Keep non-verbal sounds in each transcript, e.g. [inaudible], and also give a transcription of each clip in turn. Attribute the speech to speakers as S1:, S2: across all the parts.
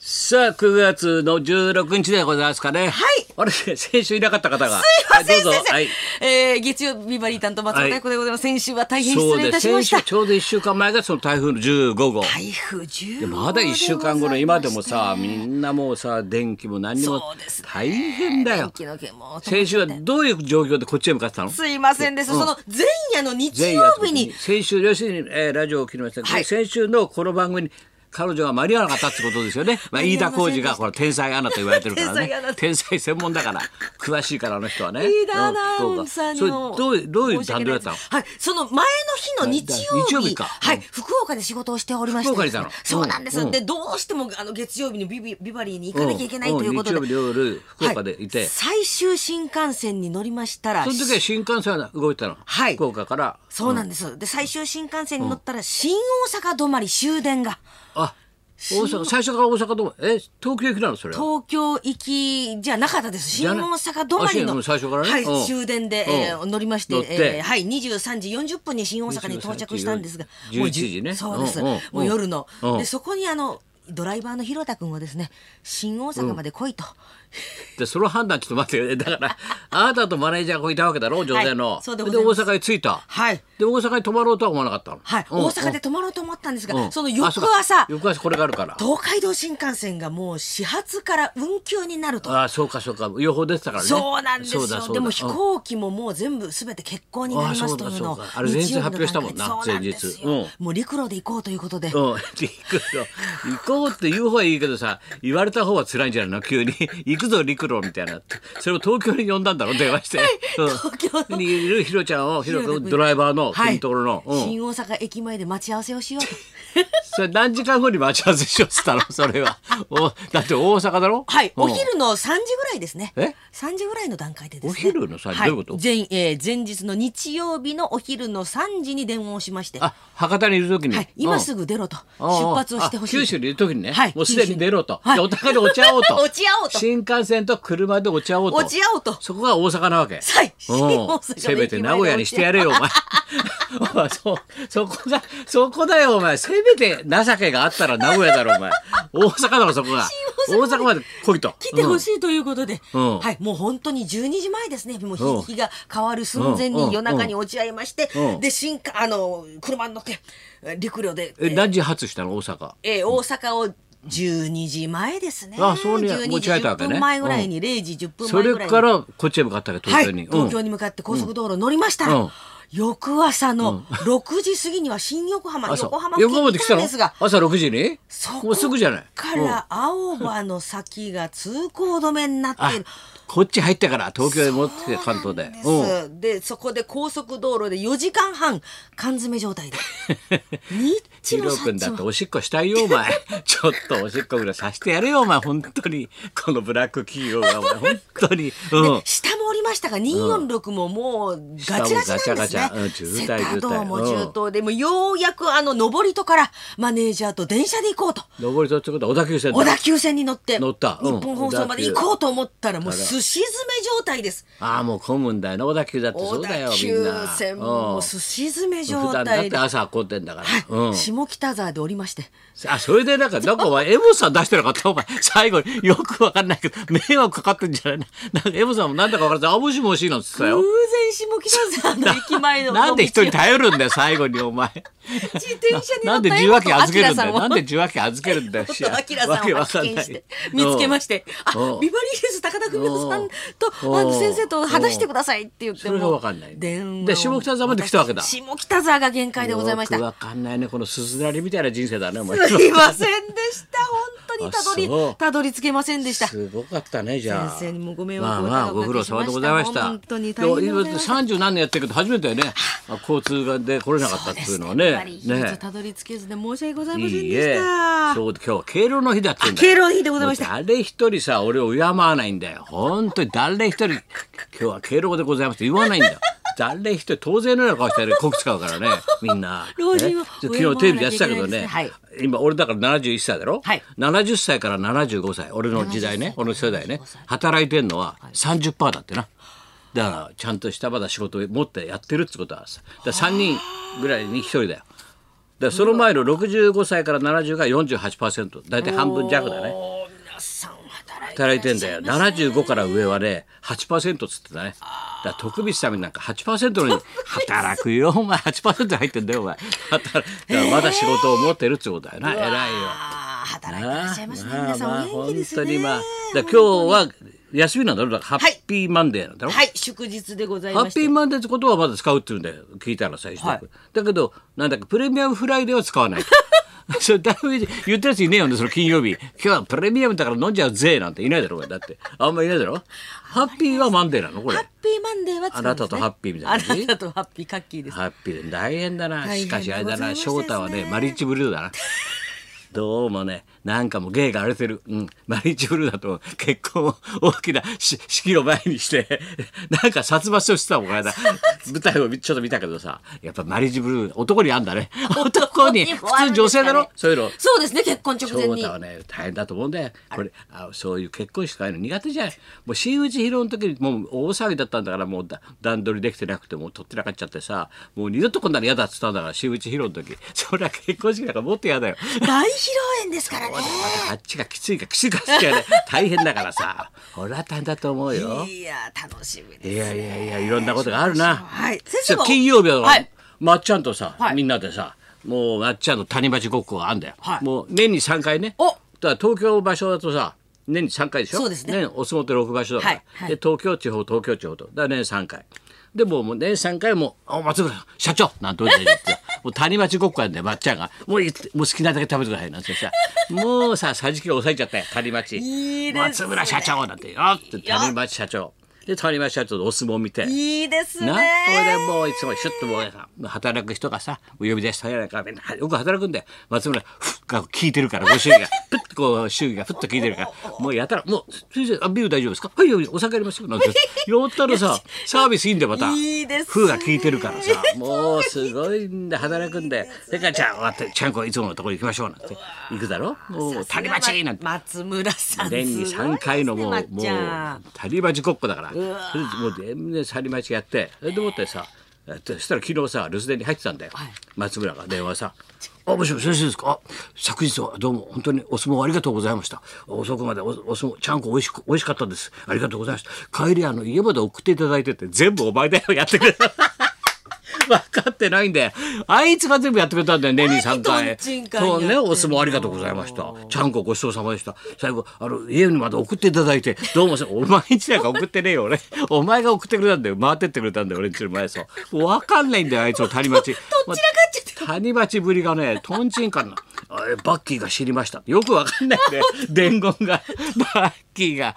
S1: さあ、9月の16日でございますかね。
S2: はい。
S1: あれ、先週いなかった方が。
S2: すいません、
S1: どうぞ
S2: 先生、
S1: はい。
S2: [laughs] えー月曜日バリー担当松本彩子でございます、先週は大変失礼いたしま
S1: 先
S2: した
S1: 週、ちょうど1週間前がその台風の15号。
S2: 台風10号
S1: まだ1週間後の今でもさ、み
S2: なん
S1: なもうさ、電気も何にも
S2: そうですね
S1: 大変だよ。
S2: の件も
S1: 先週はどういう状況でこっちへ向かってたの
S2: すいませんです、その前夜の日
S1: 前夜
S2: 曜
S1: と
S2: 日に
S1: 先週、要するに、えーラジオを聞きましたけど、
S2: はい
S1: 先週のこの番組に彼女が間に合わなかったってことですよね。まあ、
S2: 間に
S1: 飯
S2: 合い
S1: 田
S2: ません
S1: 浩
S2: で
S1: 二
S2: した
S1: がこの天才アナと言われてるからね
S2: 天才アナ。
S1: 天才専門だから、詳しいからあの人はね。
S2: リーダーアナ
S1: うん
S2: ウンサーに
S1: それ
S2: も
S1: どういう、どういう段取りだったの
S2: 申し訳ないですはい、その前の日の日曜日
S1: 日曜日か
S2: はい、福岡で仕事をしておりまして
S1: 福岡にいたの
S2: そうなんです、
S1: うん
S2: でどうしてもあの月曜日にビビビバリーに行かなきゃいけないということで、
S1: うんうん日曜日の夜、福岡でいて、
S2: は最終新幹線に乗りましたら
S1: その時は新幹線は動いてたの。
S2: はい
S1: 福岡から。
S2: そうなんです、で最終新幹線に乗ったら新大阪止まり終電が
S1: あ、大阪、最初から大阪どうえ、東京行きなのそれは。
S2: 東京行きじゃなかったです新
S1: ゃ
S2: 大
S1: な
S2: 阪止まり
S1: あ新
S2: の
S1: うん最初からね
S2: はい、
S1: うん
S2: 終電で、えー
S1: うん
S2: 乗りまして
S1: 乗って
S2: えーはい、23時40分に新大阪に到着したんですが
S1: 23時
S2: もうじゅ
S1: 11時ね
S2: そうです、
S1: うんうん
S2: もう夜の、
S1: うん
S2: でそこにあのドライバーの広田君はですね新大阪まで来いと、
S1: でその判断ちょっと待ってよだからあなたとマネージャーがこういたわけだろ女性の、
S2: はいそうで
S1: 大
S2: ございます
S1: 阪へ着いた
S2: はい
S1: で大阪に泊まろうとは思わなかったの
S2: はい、
S1: うん
S2: 大阪で泊まろうと思ったんですが、
S1: うん
S2: [laughs] その
S1: あ
S2: 翌
S1: そうか
S2: 朝
S1: 翌朝これがあるから
S2: 東海道新幹線がもう始発から運休になると
S1: ああそうかそうか予報出てたからね
S2: そうなんです
S1: そ
S2: よ
S1: うだそうだ
S2: でも飛
S1: うん
S2: 行機ももう全部すべて欠航になりますというの
S1: あ
S2: を
S1: そうだそうだあれ前日
S2: 日曜日の
S1: 発表したもんな
S2: 段階でそうなんですよ
S1: 前日
S2: もう陸路で行こうということで、
S1: うん、行くぞ行こうって言う方はいいけどさ言われた方は辛いんじゃないの急に [laughs] 行くぞ陸路みたいなそれを東京に呼んだんだろ電話して、うん [laughs]
S2: 東京の
S1: にいるヒロちゃんをヒロ君ドライバーの
S2: はい
S1: 君ところの、うん
S2: 新大阪駅前で待ち合わせをしようと
S1: それ何時間後に待ち合わせしようっつったのそれはおだって大阪だろ
S2: はい、
S1: うん
S2: お昼の3時ぐらいですね
S1: え
S2: 3時ぐらいの段階でで
S1: お
S2: すね
S1: 昼の3時
S2: はい
S1: どういうこと
S2: 前,、えー前日の日曜日のお昼の3時に電話をしまして
S1: あ博多にいる時に、
S2: はい、今すぐ出ろと、
S1: うん
S2: 出発をしてほしい
S1: あ九州にいる時にね、
S2: はい
S1: もうすでに出ろと、
S2: 九州にはい
S1: でお互いでお茶をと
S2: [laughs] お茶をと
S1: 新幹線と車でお茶をと
S2: お茶をと
S1: そこが大阪なわけ、
S2: はい新大阪の
S1: うんせめて名古屋にしてやれよお前 [laughs] お前そそこがそこだよお前せめて情けがあったら名古屋だろお前大阪だろそこが大
S2: 新大阪まで
S1: 阪まで来いと
S2: 来てほ
S1: い、
S2: しいということで、
S1: うん
S2: はい、もう本当に12時前ですね、もう
S1: うん
S2: 日日が変わる寸前
S1: うん
S2: に夜中に落ち合いまして、
S1: うん
S2: で、新幹あの、車に乗って、え陸路で、
S1: うんえ何時発したの大阪
S2: えー大阪を12時前ですね。
S1: あそうね
S2: 12
S1: 持ち
S2: 時
S1: 帰ったわけ
S2: 10
S1: ね
S2: 分前ぐらいに、0時10分
S1: そ
S2: 前ぐ
S1: れ
S2: らいに。
S1: からこっちへ向かったわけ
S2: は
S1: 東
S2: い、
S1: 京に、
S2: 東京
S1: うん
S2: に向かって高速道路乗りましたら、
S1: うん
S2: 翌朝の6時過ぎには新横浜、
S1: あそう
S2: 横浜付近に来たんですが、
S1: 朝6時に
S2: そこ
S1: もうすぐじゃない
S2: から青葉の先が通行止めになっている。
S1: こっち入ったから東京へ持ってきて関東で
S2: そうなんですでそこで高速道路で4時間半缶詰
S1: [laughs]
S2: 状態で
S1: ヒ
S2: 日
S1: ロ
S2: の
S1: 君
S2: 幸
S1: だって
S2: も
S1: おしっこしたいよお前ちょっとおしっこぐらいさせてやれよお前本当にこのブラック企業がお前本当に、うん、
S2: 下も降りましたが246ももうガチガチなんです
S1: 下もガチャガチャうん
S2: ね
S1: 渋滞
S2: セタ
S1: 渋滞
S2: 道も
S1: うん
S2: 中東でもうようやくあの上り戸からマネージャーと電車で行こうと
S1: 上りとってことは小田急線だ
S2: 小田急線に乗って
S1: 乗ったうん
S2: 日本放送まで行こうと思ったらもうすし詰め状態です
S1: ああもう混むんだよな小田急だってそ
S2: 小
S1: うだ
S2: 田
S1: よみん
S2: 急
S1: な
S2: 線
S1: う
S2: も
S1: ん
S2: うすし詰め状
S1: 普段だっ
S2: 態
S1: て
S2: で、
S1: 朝混んでんだから、うん、
S2: 下北沢で降りまして
S1: あそれでなんかなんかお前エモさん出してなかったお前最後によくわかんないけど迷惑かかってんじゃないななんかエモさんもなんだかわからずあもしもしなんつってたよ
S2: 偶然下北沢の駅前の
S1: なんで
S2: 道
S1: 人
S2: を
S1: に頼るんだよ最後にお前
S2: 自転車に乗
S1: な
S2: っ
S1: んで
S2: た
S1: 受話器預けるんだよ
S2: 本
S1: なんで受話器預けるん
S2: [laughs]
S1: だよ
S2: 本明さんを
S1: わけわ
S2: 発
S1: かん
S2: 見
S1: ない
S2: して見つけまして「あビ
S1: うん
S2: バリーヒルズ高田文夫さん
S1: うん
S2: とあの先生と話してください」って言って
S1: それがわかんない
S2: 電話を
S1: で下北沢まで来たわけだ
S2: 私下北沢が限界でございました
S1: よくわかんないねこのすすらりみたいな人生だねお前
S2: すいませんでした本当にたど
S1: あそう
S2: りたどり着けませんでした
S1: すごかったねじゃあ
S2: 先生にもご迷
S1: まあ
S2: 惑をお
S1: まあ
S2: 伺い
S1: ご苦労様でございました
S2: 本当に大変でございました
S1: 三十何年やってるけど初めてねまあ交通がで来れなかったっていうのは
S2: ビバ
S1: ね
S2: リーヒルズ
S1: ね
S2: たどり着けずで申し訳ござい
S1: い
S2: ません
S1: い
S2: でし
S1: え
S2: た
S1: そう今日は敬老の日だって言うんだよ
S2: 敬老の日でございました
S1: もう誰一人さ俺を敬わないんだよ本当に誰一人今日は敬老でございますって言わないんだよ誰一人当然のような顔してるこき使うからねみんな
S2: 老人を
S1: ね昨日テレビでやってたけどね、
S2: 敬わなきゃいけないです
S1: 今俺だから71歳だろ、
S2: はい
S1: 70歳から75歳俺の時代
S2: 70
S1: ね
S2: 歳
S1: 俺の世代ね働いてんのは30%だってなだからちゃんとしたまだ仕事を持ってやってるってことはさだ3人ぐらいに1人だよだからその前の65歳から70が48%大体半分弱だね
S2: さん働いてら
S1: 働
S2: っしゃ
S1: いてんだよ
S2: ますね
S1: 75から上はね8%っつってたねだから徳光さんなんか8%のに働くよお前8%入ってんだよお前働だからまだ仕事を持ってるってことだよな、
S2: うわー
S1: 偉いよ
S2: 働いてらっしゃいますね
S1: なあ
S2: 皆さんお
S1: まあ
S2: 元気ですね
S1: 本当にまあだから今日は休みなんだろだからハッピーマンデーなんだろ、
S2: はい祝日でござい
S1: ハ
S2: ま
S1: ッ
S2: し
S1: ピー
S2: て
S1: マンデーって言葉はまだ使うって言うんだよ聞いたら最初、
S2: はい
S1: だけどなんだっけプレミアムフライデーは使わない [laughs] それだいぶ言ってるやついねえよねその金曜日今日はプレミアムだから飲んじゃうぜなんていないだろお前だってあんまいないだろハッピーはマンデーなのこれ
S2: ハッピーマンデーは使うんですね
S1: あなたとハッピーみたいな感じ
S2: あなたとハッピーカッキーです
S1: ハッピーで大変だな。
S2: 大変
S1: し
S2: でご
S1: か
S2: ざいまし
S1: したあれだな、翔
S2: ね
S1: 太はね、マリッチブルーだな。どうもね、なんかもう芸が荒れてる。うん。マリッチブルーだと結婚を大きなし式を前にして、なんか殺伐としてたもん、この間。舞台をちょっと見たけどさ、やっぱマリッチブルー、男にあんだね。男に、普
S2: もあ
S1: 通
S2: るんで
S1: 女
S2: すか
S1: 性
S2: ね
S1: だろそういうの。
S2: そうですね結婚直前
S1: 翔
S2: に
S1: 太はね大変だと思うんだよこれあそういう結婚式とかああいうの苦手じゃないもう新内披露の時にもう大騒ぎだったんだからもうだ段取りできてなくてもう取ってなかっちゃってさもう二度とこんなの嫌だっつったんだから新内披露の時そりゃ結婚式なんかもっと嫌だよ
S2: 大披露宴ですからね
S1: あっちがきついかきついか好きやね大変だからさ俺は大変だと思うよ
S2: いや楽しみです
S1: いやいやいやいろんなことがあるな
S2: はい先生
S1: そう
S2: は
S1: 金曜日は、
S2: はい
S1: まっちゃんとさ、
S2: はい
S1: みんなでさもうまっちゃんの谷町ごっこがあんだよ、
S2: はい
S1: もう年に3回ね
S2: お
S1: だから東京場所だとさ年に3回でしょ
S2: そうですね
S1: 年お相撲って6場所だから、
S2: はいはい
S1: で東京地方東京地方とだから年3回でもうもう年3回も「お松村さん社長!」なんて言って
S2: [laughs]
S1: もう谷町ごっこやんだよまっちゃんが「もういいってもう好きなだけ食べてください」なんてさもうさ桟敷を抑えちゃったよ谷町
S2: いいですね
S1: 松村社長なんて「よっ!」って谷町社長で谷町社長とお相撲見て
S2: いいですね
S1: な、それでもういつもシュッともうさ働く人がさ呼び出したやないからみんなよく働くんだよ松村ふっが効いてるからご祝儀が [laughs] プッとこう祝儀がふっと効いてるからもうやたらもう先生あビール大丈夫ですかはいはいお酒ありますよなん
S2: [laughs]
S1: てやったらさサービスいいんだよまた
S2: いいですね
S1: 風が効いてるからさもうすごいんだ働くんだよでからじゃあ終わってちゃんこいつものところ行きましょうなんて行くだろもう谷町なんて
S2: 松村さん
S1: 年に3回のもう、
S2: すごいですねまっ
S1: もう
S2: ちゃん
S1: 谷町ごっこだからそれで
S2: わ
S1: もう全然谷町やってそれでもってさえっとそしたら昨日さ留守電に入ってたんだよ、
S2: はい
S1: 松村が電話さ「あもしもし先生ですかあ昨日はどうも本当にお相撲ありがとうございました遅くまでおお相撲ちゃんこ美味しく美味しかったですありがとうございました帰りあの家まで送っていただいて」って全部お前だよやってくれた [laughs] 分かってないんだよあいつが全部やってくれたんだよ年に3
S2: 何
S1: 回
S2: とんちんかんや
S1: そ
S2: って
S1: うんね
S2: の
S1: お相撲ありがとうございましたちゃんこごちそうさまでした。最後、あの、家にまで送っていただいて、どうもせ、お前んちなんか送ってねえよ、俺。お前が送ってくれたんだよ。回ってってくれたんだよ、俺んちの前さ。もうわかんないんだよ、あいつの谷町。
S2: [laughs] どちらかっちゃって
S1: 谷町ぶりがね、とんちんかんな。あれバッキーが知りました。よくわかんない
S2: [laughs]
S1: ね。伝言が。バッキーが。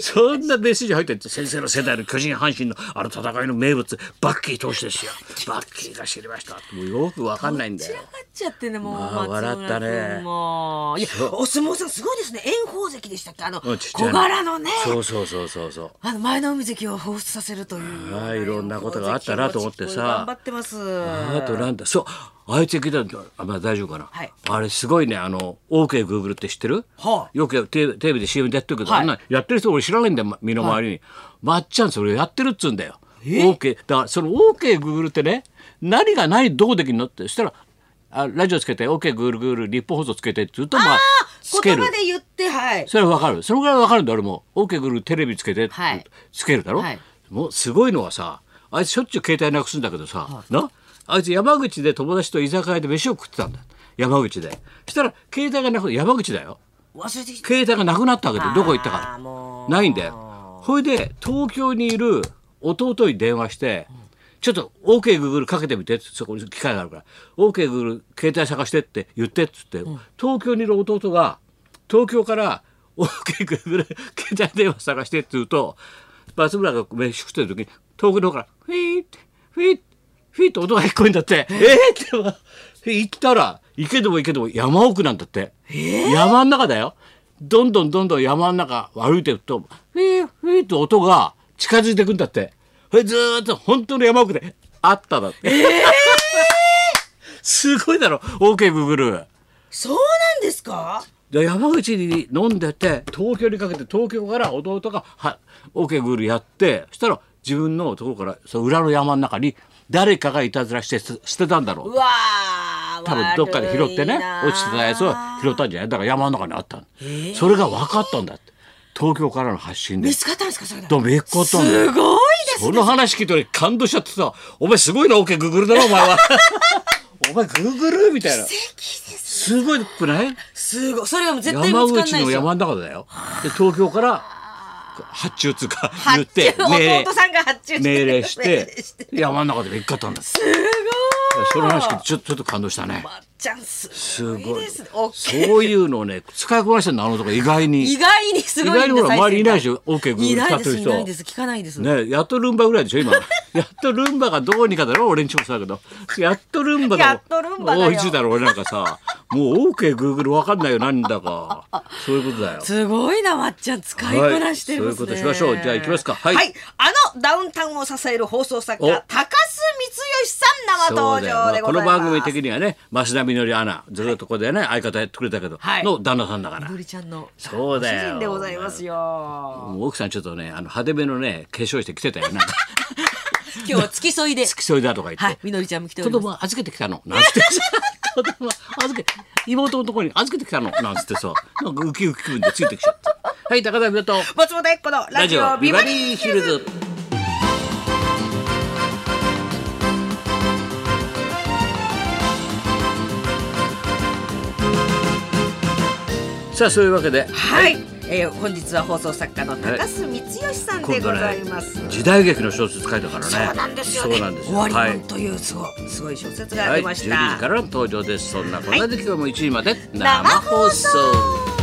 S1: そんな弟子に入ってって、先生の世代の巨人阪神のあの戦いの名物、バッキー投手ですよ。バッキーが知りました。もうよくわかんないんだ
S2: 散
S1: よ
S2: ら。かっちゃってねもう、
S1: まあ
S2: 松村
S1: 笑ったね
S2: 君もいやお相撲さんすごいですね炎鵬関でしたっけあの
S1: うん
S2: 小
S1: ちっちゃいの
S2: 柄のね
S1: そうそうそうそうそう。
S2: あの前の海関を彷彿させるというよう
S1: あ
S2: な
S1: あいろんなことがあったなと思ってさ
S2: 頑張ってます
S1: あとなんだそうあいつ聞いたんだあまあ大丈夫かな、
S2: はい
S1: あれすごいねあの OK グーグルって知ってる、
S2: はあ
S1: よくテレテレビで CM でやってるけど、
S2: はい
S1: あんなやってる人俺知らないんだよま身の回りに、まっちゃんそれやってるっつうんだよ OK だからその OK グーグルってね何が何どうできるのってそしたらあラジオつけて OK グーグルグーグル日本放送つけてって言うとまあつけ
S2: 言
S1: る
S2: 葉で言ってはい
S1: それはわかるそのぐらいわかるんだ俺も OK グルテレビつけて、
S2: はい
S1: つけるだろ、
S2: はい
S1: もうすごいのはさあいつしょっちゅう携帯なくすんだけどさ、なあいつ山口で友達と居酒屋で飯を食ってたんだ山口でしたら携帯がなく山口だよ
S2: 忘れてきた
S1: 携帯がなくなったわけで
S2: あー
S1: どこ行ったか
S2: もう
S1: ないんだよほいで東京にいる弟に電話して、ちょっと OK グーグルかけてみてってそこに機械があるから OK グーグル携帯探してって言ってっつって、東京にいる弟が東京から OK グーグル携帯電話探してって言うと松村が飯食ってる時に遠くの方からフィーッフィーッフィーッと音が聞こえんだってえー、って行ったら行けども行けども山奥なんだって、山の中だよどんどんどんどん山の中歩いてるとフィーフィーと音が近づいてくんだってそれずーっと本当の山奥であっただって、 [laughs] すごいだろ OK グーグル
S2: そうなんですか
S1: で山口に飲んでて東京にかけて東京から弟がは OK グーグルやってそしたら自分のところからその裏の山の中に誰かがいたずらしてす捨てたんだろう
S2: うわー
S1: 多分どっかで拾ってね
S2: 悪いなあ
S1: 落ちてたやつを拾ったんじゃないだから山の中にあったの、
S2: ー
S1: それが分かったんだって東京からの発信で
S2: 見つかったんですかそれ
S1: どうも見っかったんだよ
S2: すごいです
S1: その話聞いた時感動しちゃってさ「お前すごいな OK グーグルだなお前
S2: [laughs]
S1: は」「お前グーグル?」みたいな
S2: 奇跡です
S1: すごいくない
S2: すごいそれはもう絶対見
S1: 山
S2: つかんないで
S1: 口
S2: すよ
S1: の山の中だよで東京から発注っつうか言って
S2: 発注弟さんが発注して
S1: 命令し
S2: 命
S1: て
S2: 令して
S1: 山の中で見っかったんだって
S2: すごい
S1: その話聞いてちょっとちょっと感動したね
S2: まっちゃんす
S1: す
S2: ごい
S1: ごい
S2: ですねオッケー
S1: そういうのをね使いこなしてんのあのとこ意外に
S2: 意外にす
S1: 意
S2: ごいんだ
S1: 外にほら
S2: 最先端
S1: 周りいないでしょ OK グーグ
S2: い
S1: ル
S2: な
S1: 使
S2: い
S1: っ
S2: で
S1: てる
S2: すい
S1: 人
S2: ないです聞かないです
S1: ねやっとルンバぐらいでしょ今 [laughs] やっとルンバがどうにかだろう俺んちもそうだけどやっとルンバが
S2: やっとルンバだよ
S1: おいついだろ俺なんかさもう OK グーグルわかんないよなんだかそういうことだよ
S2: すごいなまっちゃん使いこなしてます
S1: は
S2: ね、
S1: いそういうことしましょうじゃあ行きますかは
S2: はいい、あのダウンタウンを支える放送作
S1: お
S2: 家高須光義さん生
S1: そう
S2: 登
S1: だ
S2: 場で
S1: よ
S2: ご
S1: この
S2: ざいます
S1: 番組的にはね増田みのりアナずっとここでね相方やってくれたけど
S2: はい
S1: の旦那さんだから
S2: みのりちゃんの
S1: そうだよ
S2: 主人でございますよ
S1: もう奥さんちょっとねあの派手めのね化粧してきてたよなんか
S2: 今日は付き添いで
S1: 付き添いだとか言って、
S2: [laughs] はいみのりちゃんも来てお
S1: 子
S2: ります
S1: 供預けてきたのなんつって子供預け妹のところに預けてきたのなんつってさなんかウキウキ気分でついてきちゃったはい高田美里
S2: 松本一子のラ
S1: ラ
S2: ジ
S1: ジ
S2: オ
S1: オ
S2: ビ
S1: ビ
S2: バ
S1: バ
S2: リー
S1: リーヒルズさあそういうわけで
S2: はい、えー、本日は放送作家の高須光義さんで
S1: 今
S2: ご
S1: 度
S2: ざい
S1: ね
S2: ます、
S1: 時代劇の小説書いたからね
S2: そうなんですよね
S1: そうなんです
S2: 終
S1: よ
S2: わり
S1: は
S2: も
S1: い
S2: んというすごいすごい小説があ
S1: は
S2: り
S1: い、
S2: ま
S1: 12時
S2: した、
S1: からの登場です。そんなこんなで今日も1時まで
S2: 生
S1: 生
S2: 放
S1: 放
S2: 送
S1: 送。